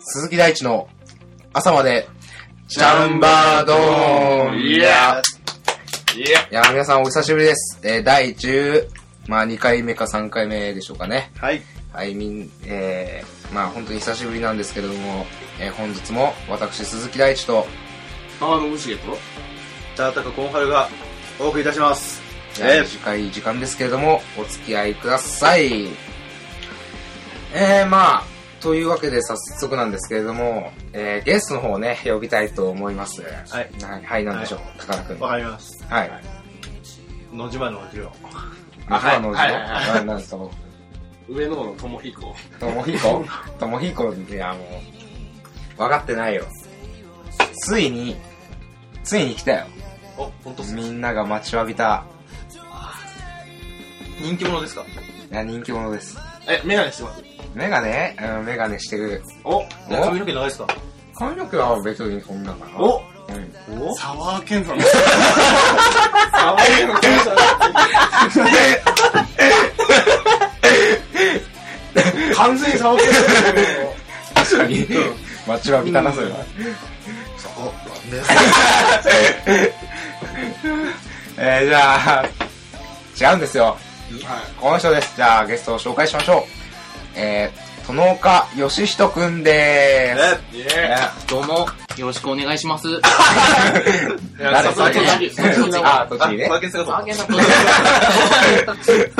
鈴木大地の朝まで、ジャンバードーンいやいやいやー、皆さんお久しぶりです。えー第10、まあ2回目か3回目でしょうかね。はい。はい、みん、えー、まあ本当に久しぶりなんですけれども、えー本日も私、鈴木大地と、あの、虫毛とじゃあ、たかこんはるがお送りいたします。いえやえ。短い時間ですけれども、お付き合いください。えー、まあ、というわけで早速なんですけれども、えー、ゲストの方をね、呼びたいと思います。はいはい、なんでしょう、高田くん。わはい。かります。野島の授業。あ、はい、の、はいはいはい、なんですか、僕上野の友彦。ともひこともひこいやもう、分かってないよ。ついに、ついに来たよ。お、本当っすね。みんなが待ちわびた、人気者ですかいや人気者です。え、メガネしてますメガネうん、メガネしてる。お、じゃあお髪の毛長いですか髪の毛は別にそんなかな。おうん。おサワーケンさんです。サワーケンさんです。完全にサワーケンさんですよ。確かに。待ちわびたな、それは。そこ。えー、じゃあ、違うんですよ。はい。この人です。じゃあ、ゲストを紹介しましょう。えー、殿岡義人くんでーイェす。えーどうも、よろしくお願いします。誰さ栃木栃木あ、栃木ねあ、。パーケンスがあそうげなことない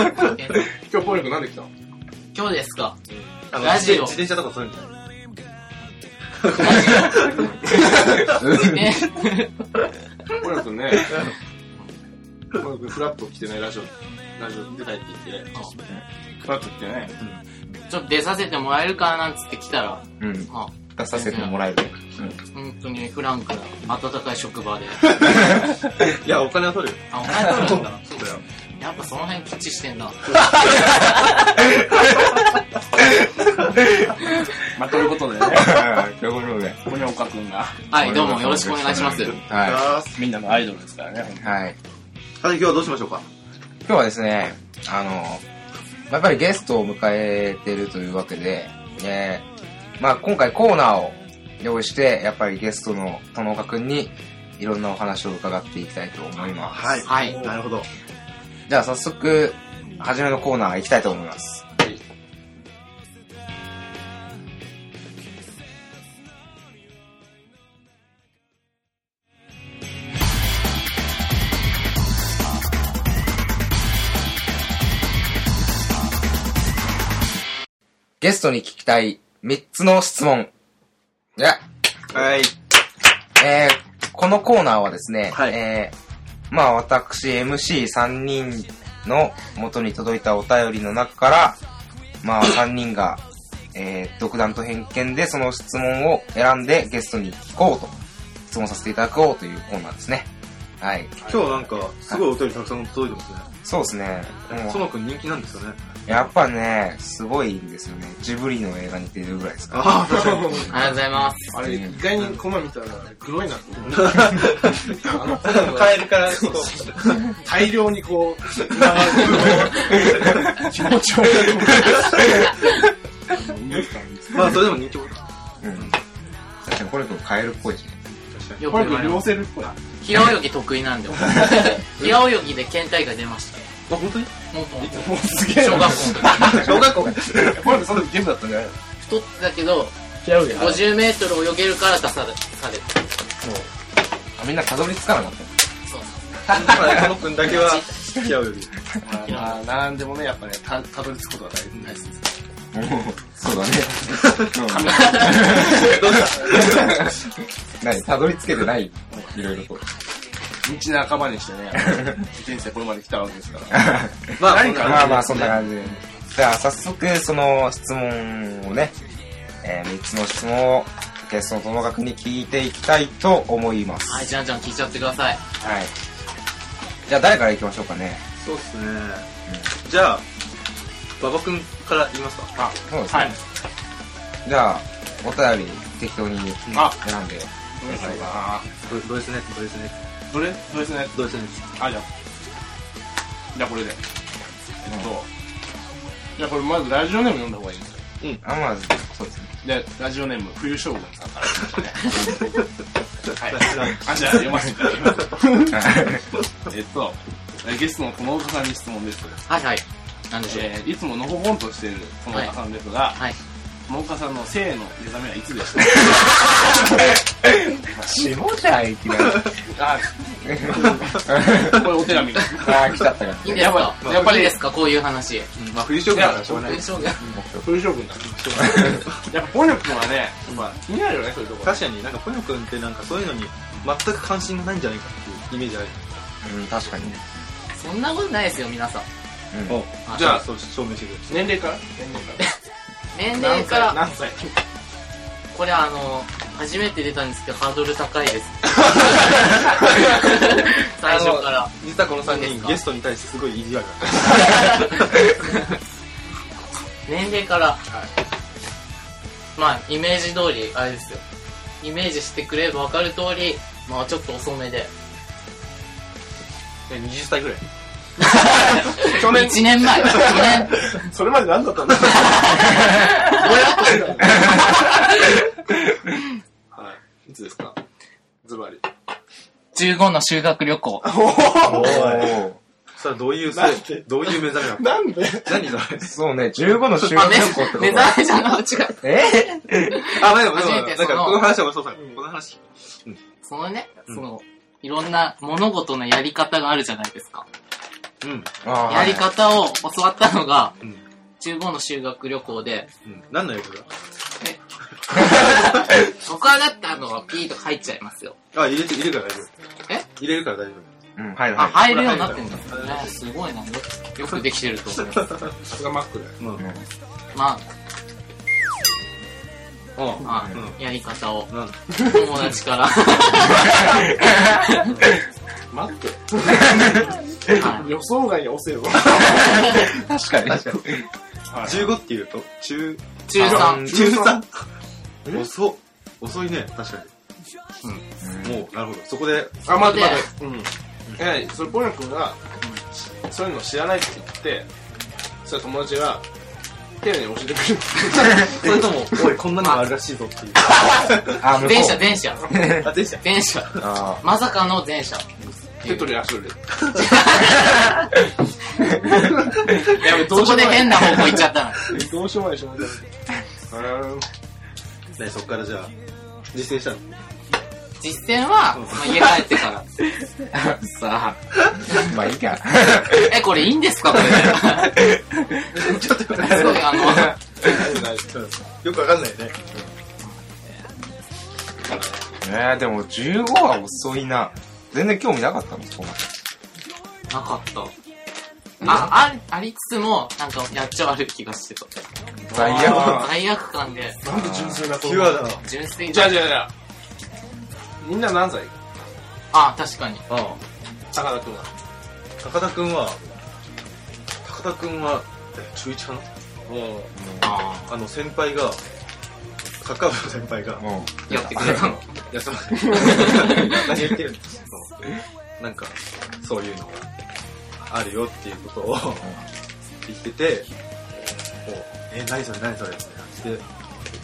イ 今日暴力なんで来たの今日ですかあのラジオ自転自転車とかそういうんじゃないね暴力ね、暴力フラッと来てね、ラジオ、ラジオ出たいって言って、フラッと来てね、 ちょっと出させてもらえるかなんつって来たら、うん。あ出させてもらえる。本当にフランクな、温かい職場で。いや、お金は取るよ。あ、お前とるんだ。そうだよ。やっぱその辺きっちりしてんだ。まあ、ということでね、うんということで。森岡くんが、はい、どうもよろしくお願いします。ははみんなのアイドルですからねい。。はい。い、今日はどうしましょうか今日はですね、あの、やっぱりゲストを迎えてるというわけで、えーまあ今回コーナーを用意して、やっぱりゲストの殿岡くんにいろんなお話を伺っていきたいと思います。はいはいなるほど。じゃあ早速、初めのコーナー行きたいと思います。ゲストに聞きたい3つの質問。いや、はい。えーこのコーナーはですね、はいえーまあ私 MC3 人の元に届いたお便りの中から、まあ3人が、えー独断と偏見でその質問を選んでゲストに聞こうと、質問させていただこうというコーナーですね。はい。今日なんか、すごいお便りたくさん届いてますね。そうですね。もう園くん人気なんですかね。やっぱね、すごいんですよね。ジブリの映画に出るぐらいですから。ああ、確かに。ありがとうございます。あれ、意外にこの前見たら、黒いなって思う。あのカエルから、そう。大量にこう、気持ち悪い。まあ、それでも人気者。うん。確かにこれとカエルっぽいしね。よくこれ言われ両ます。せるっぽい。平泳ぎ得意なんで、僕 平泳ぎで県大会出ました。あ、本当にもう、ももうすうげえ小学校の時。 小学校が。これその時ゲームだったんじゃない太ってたけど、平泳ぎ50メートル泳げるから出され、された。あみんなたどり着かなかった。そこうのくんだけは、付き合う より。まあ、なんでもね、やっぱね、たたどり着くことが大大切です。そうだね。どうし た何たどり着けてないいろいろと。道半ばにしてね、自転車これまで来たわけですから。ま あ、何かまあまあ、そんな感じで。じゃあ、早速、その質問をね、え3つの質問をゲストの友学に聞いていきたいと思います。はい、じゃんじゃん聞いちゃってください。はい。じゃあ、誰から行きましょうかね。 そうっすね。じゃあ、馬場くんから言いますか。そうですね。じゃあ、お便り適当にあ選んで。ごめんなさい。どどうですね、どうですね、どれどれですね。どうですね。あ、じゃあ。じゃあこれで。けど、いや、これまずラジオネーム読んだ方がいいんだよ。あ、まあ、そうですね。で、ラジオネーム、冬将軍さんから。はいはい。あ、じゃあ読ませていただきます。はいえっと、えゲストの友岡さんに質問です。はいはい。なんでしょう。えーいつものほほんとしている友岡さんですが、はい。友岡さんの性の目覚めはいつでした下じゃん、い きなり。か あー、これお手紙です。ああ、来ちゃったから。いいんですかやっぱりいいですかこういう話。まあ、冬将軍だからしょうがない文。章が。冬将軍だ。やっぱ、ポニョ君はね、まあ、気になるよね、そういうところ。確かになんか、ポニョ君ってなんかそういうのに全く関心がないんじゃないかっていうイメージある。うん、確かに。そんなことないですよ、皆さん。うん。あじゃあ、そう証明してくださ年齢から年齢から。年齢から、何歳これあの、初めて出たんですけど、ハードル高いです。最初から。い。実はこのいいで3す人、かゲストに対してすごい意地悪だ。年齢から、まあ、イメージ通り、あれですよ。イメージしてくれれば分かる通り、まあ、ちょっと遅めで。え20歳ぐらい。 1年前 !1 年それまで何だったんだはい。いつですかズバリ。 !15 の修学旅行。おーそれはどういうせなんで、どういう目覚めなのなんで何 それそうね、15の修学旅行ってこと目覚めじゃな違う。えあ、まあでも、でも、初なめんてそのかこの話はそうさ、この話。そのね、その、いろんな物事のやり方があるじゃないですか。うん。あーやり方を教わったのがうん、中5の修学旅行 で、うん。何の役だ僕はだってあの、ピーとか入っちゃいますよ。あ、入れて、入れるから大丈夫。え入れるから大丈うん、はいあ、は入るようになってんだ。ねすごいな。よよくできてると思います。それがマックだよ。夫。うん。うん。まうあ、まうあ、やり方をん。友達から、 待って。はい予想外に押せい。よ。確かに。確かに。 15って言うと、中、中3。中 3? え遅っ。遅いね、確かに。もう、なるほど。そこで、あ、待ってで待って。うん。え、それ、ポニョ君が、そういうの知らないって言って、それ友達が、丁寧に教えてくれる。それとも、おい、こんなのがあるらしいぞっていう。あ、向こ前者、う。前者。 あ、でした。前者。あまさかの前者。手取り足取りで。やそこで変な方向行っちゃったの。どうしようもないしょうがない。ね、そっからじゃあ、実践したの。実践は、まあ、家帰ってから。ーさあ。まあいいか。え、これいいんですかこれ。ちょっと待すごい、あの、よくわかんないね。えー、でも15は遅いな。全然興味なかったの、そこまなかった。あ、あ、ありつつも、なんか、やっちゃ悪い気がしてた。で。罪悪。あ罪悪感で、なんで純粋な子ピュアだな。純粋じゃなあじゃあじゃあ。みんな何歳あ、確かに。あ高田君は。あ。高田くんは、高田くんは、え中1かなうああの、先輩が、サッカー部の先輩がう、ん。うんあ、やってくれたの。いや、すいません。 何言ってるんですかなんか、そういうのがあるよっていうことを言ってて、もう、え、何それ何それって言って、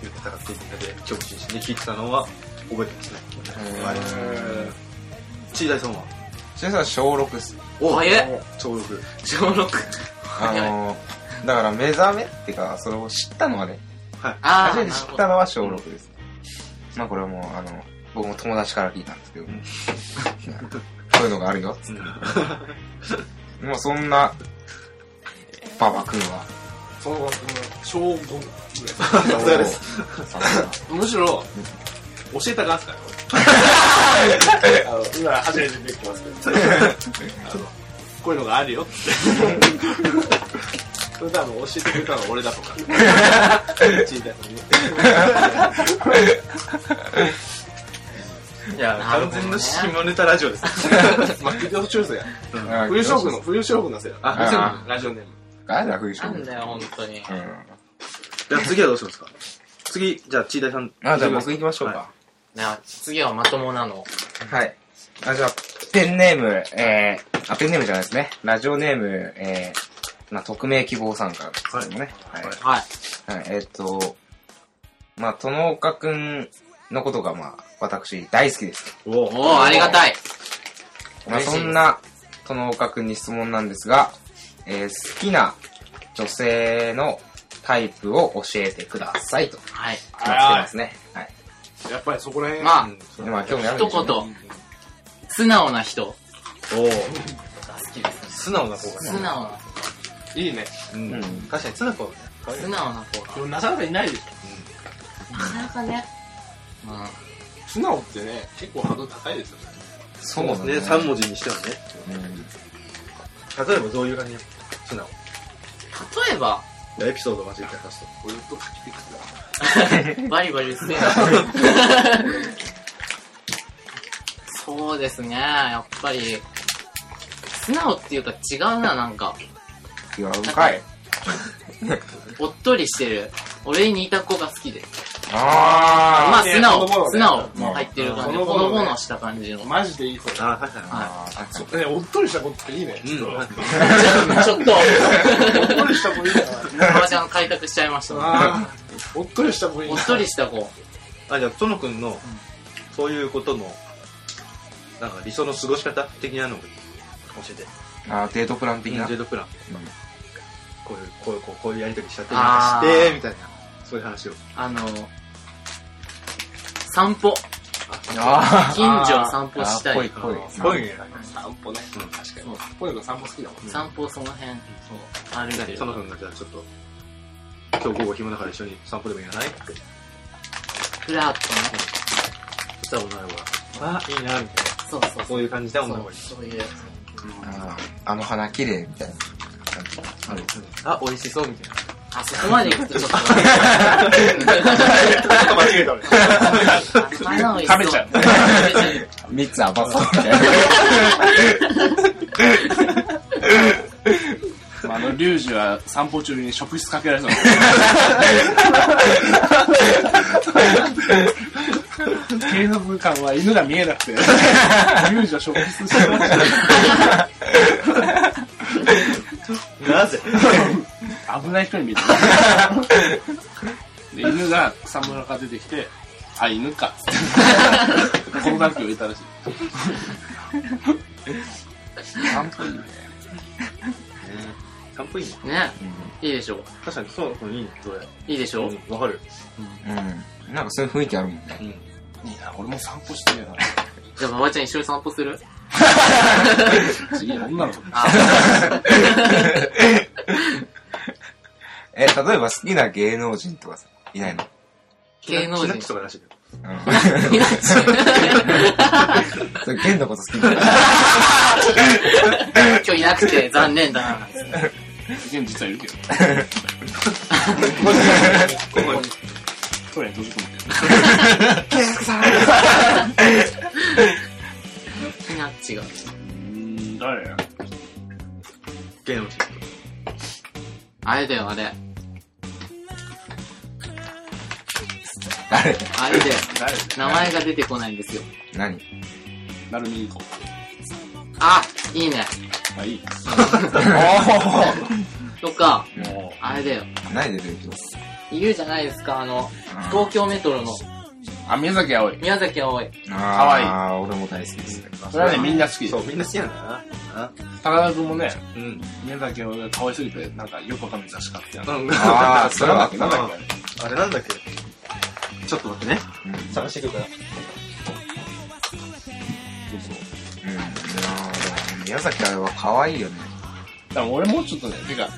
言ってたかってみんなで興味津々で聞いてたのは覚えてますね。はいチーダイさんはそれさ、小6っす。お、早い。ちょうどく小6。あのー、だから目覚めってか、それを知ったのはね、あ初ーめて知ったのは小6です。まあこれはもう、あの、僕も友達から聞いたんですけど、 そういうのがあるよ、つって。もうそんな、馬場君は、その小5ぐさすがです。らい。むしろ、教えたがすから。 あの今初めて出てきますけど。あのこういうのがあるよって。それ多分教えてくれたのは俺だとか。チーダイさんに。いや、完全な下ネタラジオです。マクド中世や。あ冬将軍の、冬将軍のせいや。あ、あじラジオネーム。あれだ、冬将なん軍。だよ、本当に。うん。ゃあ次はどうしますか次、じゃあチーダイさん。あ、じゃあ僕行きましょうか。じゃあ次はまともなの。はい。あ、じゃあ、ペンネーム、えー、あ、ペンネームじゃないですね。ラジオネーム、えー、まあ、匿名希望さんからですけどもね。はい。はいはい。えっと、まあ、殿岡くんのことが、まあ、私大好きです。おおおありがたい。まあ、嬉しいそんな殿岡くんに質問なんですが、えー好きな女性のタイプを教えてくださいと。はい。来てますね。はい。やっぱりそこら辺。まあうんでまあ、興味あるん一でしょうね、言、素直な人おが好きです。素直な方がね。素直な、いいね。うんうん確かに素直だね。可愛い素直な子が。でもなかなかいないでしょ。なかなかね。うん。素直ってね、結構ハードル高いですよね。そうだね。ね。三文字にしてはね。うん例えばどういう感じ素直。例 えば、エピソードを交えて話す俺と聞いてくから。バリバリですね。そうですね、やっぱり、素直っていうか違うな、なんか。違うんかい。おっとりしてる。俺に似た子が好きです。あー。まあ、ね素直、ほのぼのね素直も入ってる感じ。うんほのぼのした感じの。ちょマジでいい子だ。と。ああ、確かに。あー確かにね、おっとりした子っていいね。うんちょっとおっちょっ と、とりした子いいな。マージャン開拓しちゃいま した。あーおっとりした子いいおな。っとりした子。あ、じゃあ、とのくんの、そういうことの、なんか理想の過ごし方的なのを教えて。あーデートプラン的な。デートプラン。うんこういう、こういう、こうこういうやりとりしちゃって、なんあかーして、みたいな。そういう話を。あの、散歩。あ近所を散歩したあーい。ぽいあーすごいね。散歩ね。うん、確かに。ポエの散歩好きだもんね。散歩その辺、そう、歩いてるそ。のくんがじゃあちょっと、今日午後暇だから一緒に散歩でもやらないって。ふらっとね。そしたら女の子が、あ、いいな、みたいそうそうな。そういう感じでそう。女のそ子うに。そういう。あーあの花綺麗みたいな感じ。 あるあ、美味しそう、みたいな。あそこまで行くとちょっ と。ちょっと間違えた俺。 食べちゃう。食べちゃう三つ余そうみたいな。あの、リュウジは散歩中に職質かけられそ うなの。警察官は犬が見えなくて、リュウジは職質してましな ぜた。危ない人に見えた。で犬が草むらから出てきて、あ、犬かっつって。このダンクを入れたらしい。散歩いいね。散歩いいね。ね。いいでしょう。確かに、そう、うんいいね、それ。いいでしょう。うん、わかる。うん。なんかそういう雰囲気あるもんね。うん。いいな、俺も散歩してねじゃあ、ばばちゃん一緒に散歩するえな。次、女の子。あ、え、例えば好きな芸能人とかさ、いないの芸能スナ人ック。とからしいけど。うん。それ、ゲンのこと好きなの今日いなくて残念だな。現に実はいるけど。ここにトイレに閉じ込めてる。ひなっちが。うん、誰芸能人。あれだよ、あれ。誰あれで、誰名前が出てこないんですよ。何なるみいこ。あ、いいね。まあいい。とか、もあれだよ。う、何で出てきます言うじゃないですか、あの、うん東京メトロのあ、宮崎あおい。宮崎葵。ああ、俺も大好きです。それはね、みんな好きでそす。う、みんな好きなんだな。高田君もね、うん。宮崎あおいが可愛すぎて、なんかよくわかんない雑誌買ってやる。あーそれはなんだっけあれなんだっけちょっと待ってね。うん。うん。探してくるから。いやー宮崎あれは可愛いよね。だから俺もうちょっとね、てか、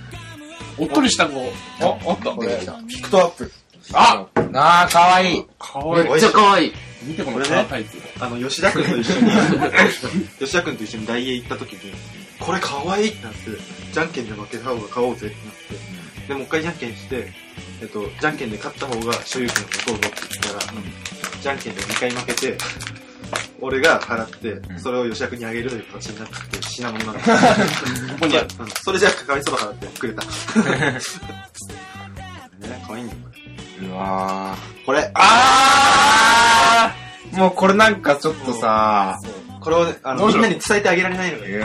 おっとりした子。あ、あった、出俺てき。た。ピクトアップ。あああ、可愛い。かめわいい。っちゃ可愛い。見てこのカラータイプ。あの、吉田くんと一緒に、 吉田くんと一緒にダイエー行った時に、これ可愛いってなって、じゃんけんで負けた方が買おうぜってなって、で、もう一回じゃんけんして、えっと、じゃんけんで勝った方が所有権を持とうぞって言ったら、じゃんけんで2回負けて、俺が払って、んそれを吉田くんにあげるという形になって、品物なんだ。ここにある。うんそれじゃあ、かかりそば払ってくれた。ね、可愛いんだよ、これ。うわこれ、ああもうこれなんかちょっとさ、これをね、あの、どうみしんようなに伝えてあげられないのがいや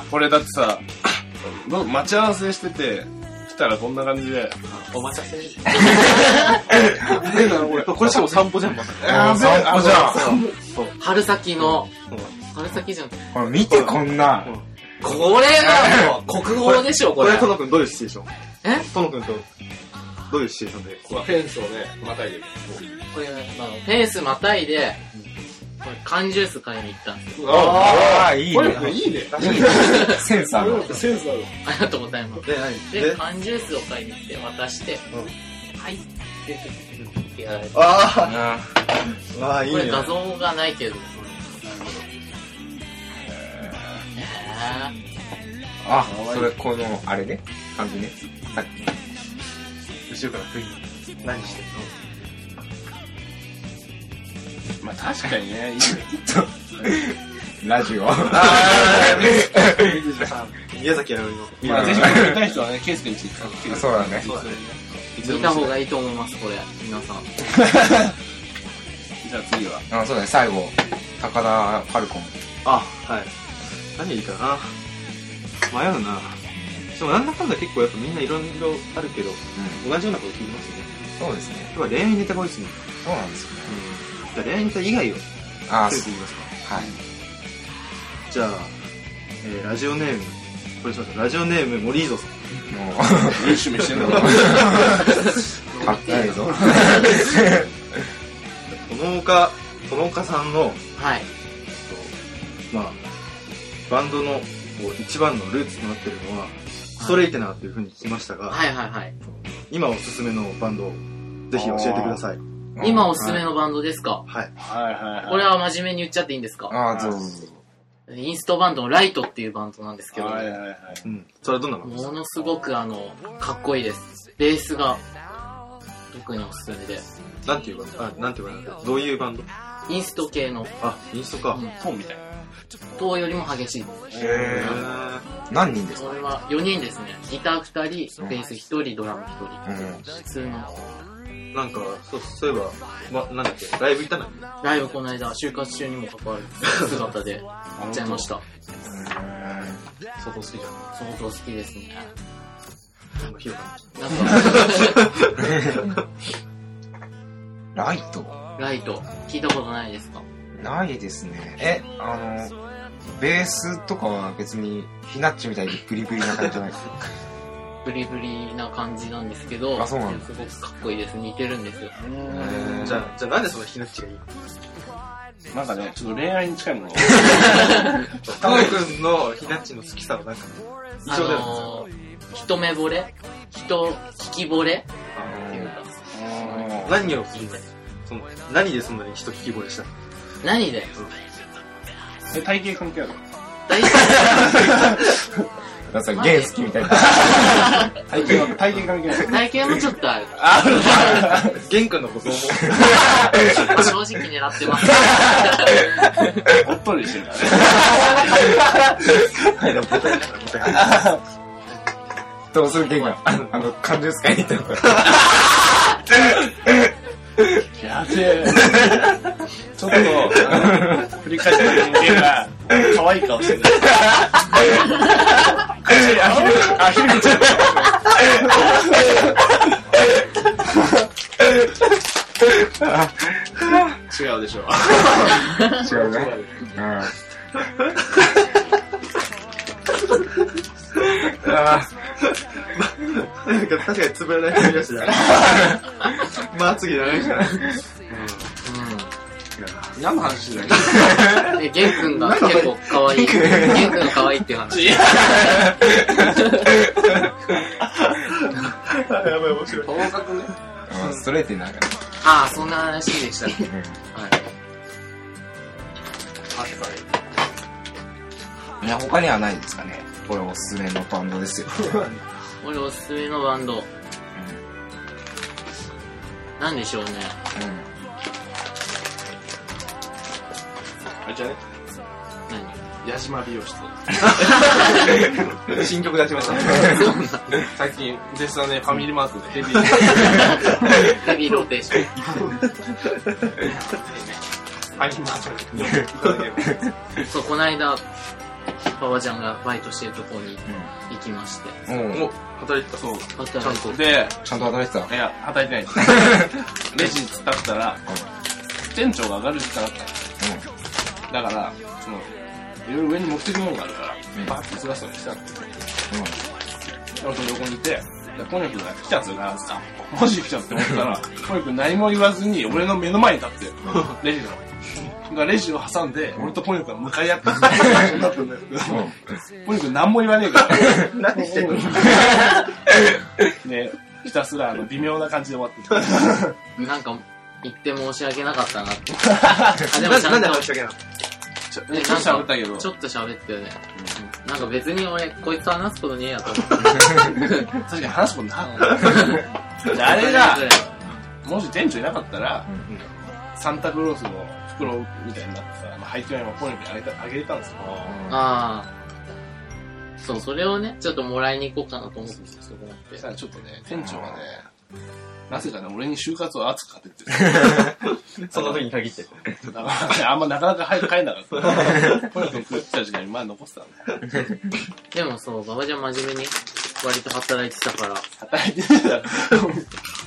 悔しい。これだってさ、の待ち合わせしてて、来たらこんな感じで、お待たせ。こ れ。これしかも散歩じゃん、まさか。あべえ散歩じゃん春先の、春先じゃん。こほら見てこんなうんれはもう、 国語でしょ、ここれれ、。トノ君どういうシチュエーションえトノ君と、どういうシチュエーションでこフェンスをね、またいでる。これ、まあフェンスまたいで、これ、缶ジュース買いに行ったんですよ。あああいいこれ、こねれいいね。センサーのセンスある。ありがとうございますう。で、何で、で、缶ジュースを買いに行って渡して、はいって言ってやられて。あああ、わあ、いいこれね。画像がないけど。えあそれこのあれね感じねさっき後ろからクイーン。何してまあ確かにね、いいラジオんの宮崎あおりの。まあぜひ見たい人はね、ケースに来てください。そうだねー見た方がいいと思います、これ。皆さん。じゃあ次は。あそうだね最後高田パルコンあ、はい。何いいかな。迷うな。でもなんだかんだ結構やっぱみんないろいろあるけど、同じようなこと聞きますね。そうですね今日は恋愛ネタが多いですね。そうなんですよねじゃあ恋愛ネタ以外を、とありあえずそう言いますか。はいじゃあ、えーラジオネーム、これしました。ラジオネーム、森ぞさん。もいい趣味してんだろううかっこいいぞ殿岡、殿岡さんの、はい。まあ、バンドのこう一番のルーツとなってるのは、ストレイテナーというふうに聞きましたが、はいはいはい。今おすすめのバンドをぜひ教えてください。今おすすめのバンドですかはい。はいはいはい。これは真面目に言っちゃっていいんですかああそうそうそうインストバンドのライトっていうバンドなんですけど、はいはいはい。うん。それはどんなバンドですものすごくあの、かっこいいです。ベースが、特におすすめで。かなんていうバンドあ、なんていうバンドどういうバンドインスト系の、あ、インストか。うんトーンみたいな。塔よりも激しいです。へへーー何人ですかこれは4人ですね。ギター2人、ベース1人、ドラムう1ん人。普通の。なんか、そう、そういえば、ま、なんだっけ、ライブ行ったのライブこの間、就活中にも関わる姿で、行っちゃいました。そこ好きじゃん。相当好きですね。なんか広かなんか、ライトライト、聞いたことないですかないですね。え、あの、ベースとかは別に、ひなっちみたいにグリグリな感じじゃないですか。ブリブリな感じなんですけど、あそうなんだすごくかっこいいです。似てるんですよ。った。じゃあ、じゃあなんでそのひなっちがいいのなんかね、ちょっと恋愛に近いも の。タモくんのひなっちの好きさはなんか、一あ緒だよね。のー、一目惚れ人、聞き惚れっていうか、何を聞いたのその何でそんなに人聞き惚れしたの何でえ、体型関係ある大体、だからゲイ好きみたいな。体型は、体型関係ある。体型もちょっとある。 玄関のこと思う。正直狙ってます。おっとりしてるからね。はい、でも答えだから答えだどうするゲイが、あのあの、感情使いに行ったのか。やべえ。 ちょっと、あの振り返った人間が、可愛い顔してる。あ、ひるみちゃん。違うでしょ。違うね。うん。ああ、なんか確かにつぶらない感じがしてたまあ次じゃないから。何の話だよ。 え、ゲン君が結構可愛い。ゲン君が可愛いっていう話。やばい、面白い。友くね。うんストレートになるから。ああ、そんな話でしたね。はい。いや、他にはないですかね。これおすすめのバンドですよ。俺おすすめのバンド。なんでしょうね。うあれじゃね。 何八島美容室。新曲出しましたね。最近、絶賛ね、ファミリーマート でヘビー。ヘビーローテーショはい、まあ、ン。そう、この間、ばばちゃんがバイトしてるところに行きまして、うん。うんお、働いてた。そう。あちとゃはんと。で、ちゃんと働いてたいや、働いてないです。 レジ突っ立ったら、店長が上がる時間だったのだから、その、いろいろ上に持っていくものがあるから、んバーッとずらすのにしたんですよ。俺と横にいて、でコニョクが来たっつうからさ、マジで来たって思ったら、コニョク何も言わずに俺の目の前に立って、レジの。がレジを挟んで、俺とコニョクが向かい合ったっていう話になったんだけど、コニョク何も言わねえから、何してんので、ひたすらあの微妙な感じで終わってた。なんか、行って申し訳なかったなって。あ、でもちゃなんんでと、話しかけなのちょっねと喋ったけど、ちょっと喋ったよね。なんか別に俺、こいつと話すことねえやと思っ。確かに話すことなかったた。あれが、もし店長いなかったら、サンタクロースの袋みたいになってさ、まあ、配当にもポニョにあげたあげれたんですよ。ああ。そう、それをね、ちょっともらいに行こうかなと思ってたそこだってそしたらちょっとね、店長がね、なぜかね、俺に就活を熱く語ってて、 その時に限って。だからねあんまなかなか早く帰んなかった。ポニョ君食ってた時間にまあ残ってたんだよ。でもそう、馬場ちゃん真面目に割と働いてたから、働いてたら、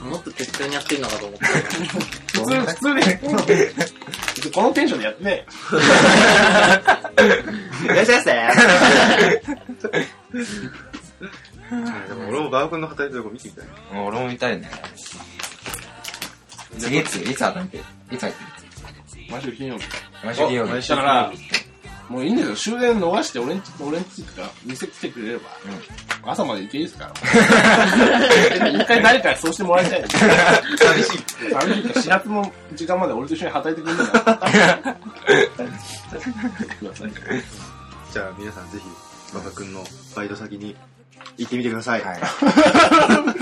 もっと適当にやってんのかと思った普通、普通で、このテンションでやってね、いらっしゃいませでも俺もバー君の働いてるとこ見てみたい。うん。俺も見たいね。次いついつ働いてるいつ入って毎週金曜日。る毎週金曜日。だから、もういいんですよ。終電逃して俺んち、俺んちっていうか、店来てくれれば、朝まで行けいいですから。一回誰かにそうしてもらいたい。寂しい。寂しいって。始発の時間まで俺と一緒に働いてくれるから。 ください。じゃあ皆さんぜひ、馬場君のバイト先に行ってみてください。はい。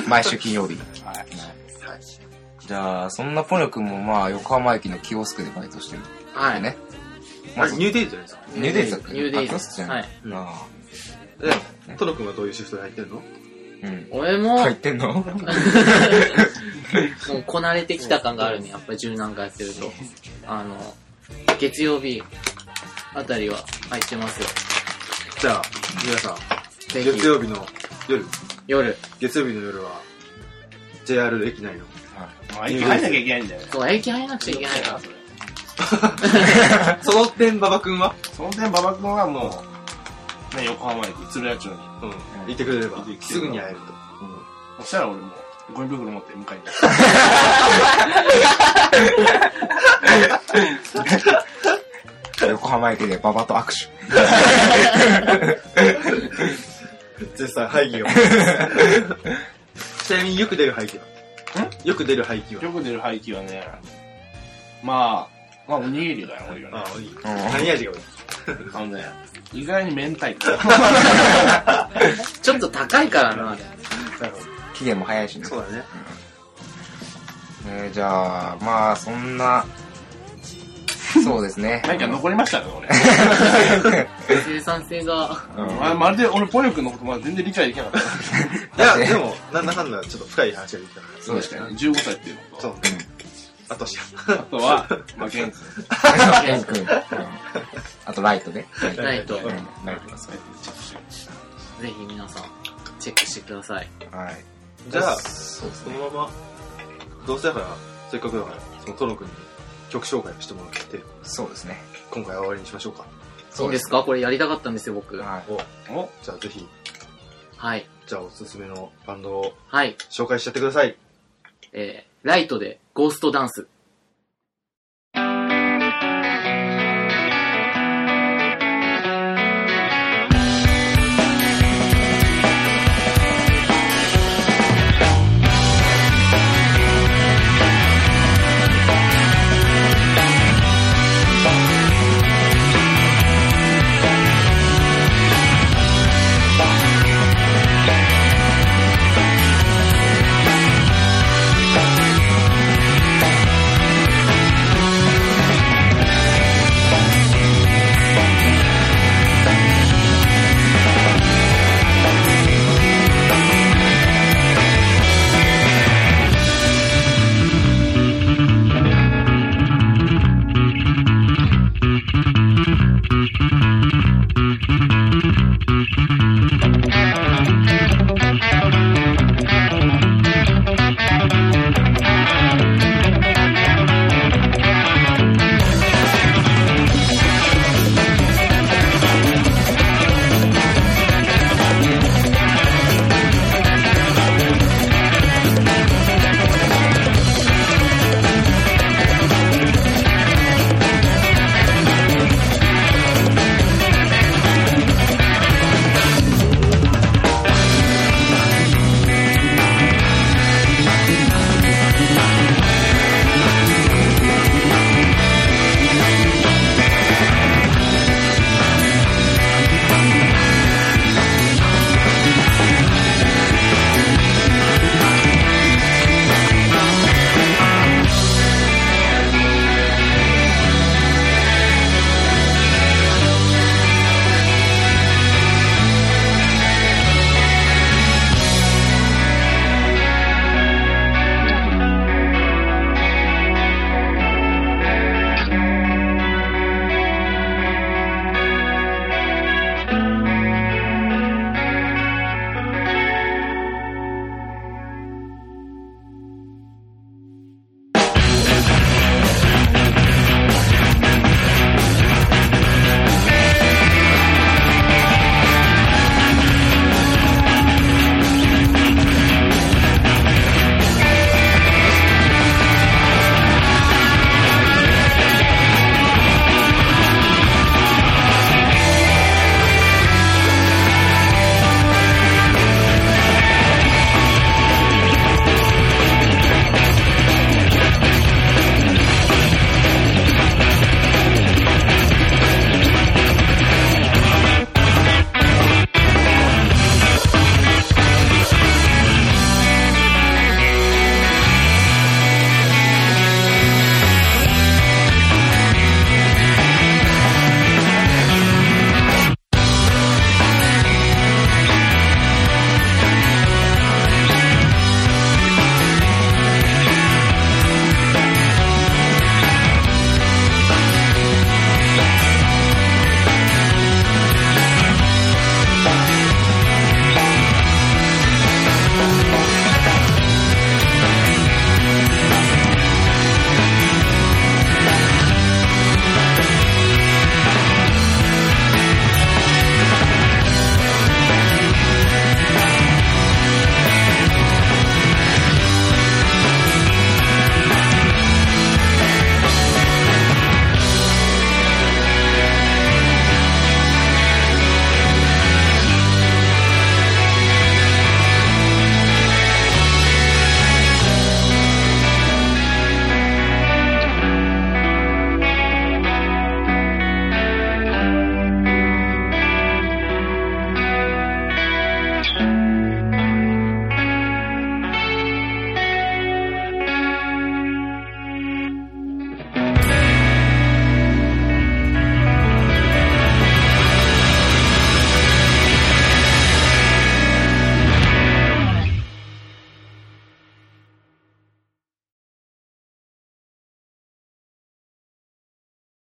毎週金曜日。はい。じゃあ、そんなポニョ君もまあ、横浜駅のキオスクでバイトしてる。の。はい。ね。まああ、れそニューデイズじゃないですか。ニューデイズだっけニューデあイズキオスクじゃない。はいなあえ、トノ君はどういうシフトで入ってんのうん。俺も、入ってんのもうこなれてきた感があるね、やっぱり十何回やってると。あの、月曜日あたりは空いてますよ。じゃあ、皆さん、ぜひ月、曜日の夜、夜。月曜日の夜は、JR 駅内の、まあ、入んなきゃいけないんだよね。そう、駅入らなくちゃいけないから。その点馬場君は、その点、馬場君はもう、ね、横浜駅、鶴谷町に。うん、行ってくれれば行ってくれれ、ばすぐに会えると。そしたら俺も、ゴミ袋持って迎えに行横浜駅で馬場と握手。絶賛廃 棄を。ちなみによく出る廃棄はよく出る廃棄はく。よく出る廃棄はね、まあ、まあ、おにぎりだよ、俺よねあ。あ、いい。何味が多いあのね、意外に明太子。ちょっと高いからな、あれ。期限も早いしね。そう だね。えーじゃあ、まあ、そんな、そうです ね。何か残りましたね、俺。生産性が。うんあまるで俺、ポニョ君のことまだ全然理解できなかった。いや、でも、なんだかんだちょっと深い話ができたかそうですね。 15歳っていうのら。と、そう。あとしあとは、まあ、元気。ケン君。うんあと、ライトね。ライトライト。うぜんライトですね。ひ皆さん、チェックしてください。はい。じゃあ、そうですそね。のまま、どうせだから、せっかくだから、そのトノ君に曲紹介をしてもらって、そうですね。今回は終わりにしましょうか。いいですかこれやりたかったんですよ、僕。はおおじゃあぜひ、はい。じゃあおすすめのバンドをはい。紹介しちゃってください。えー、ライトでゴーストダンス。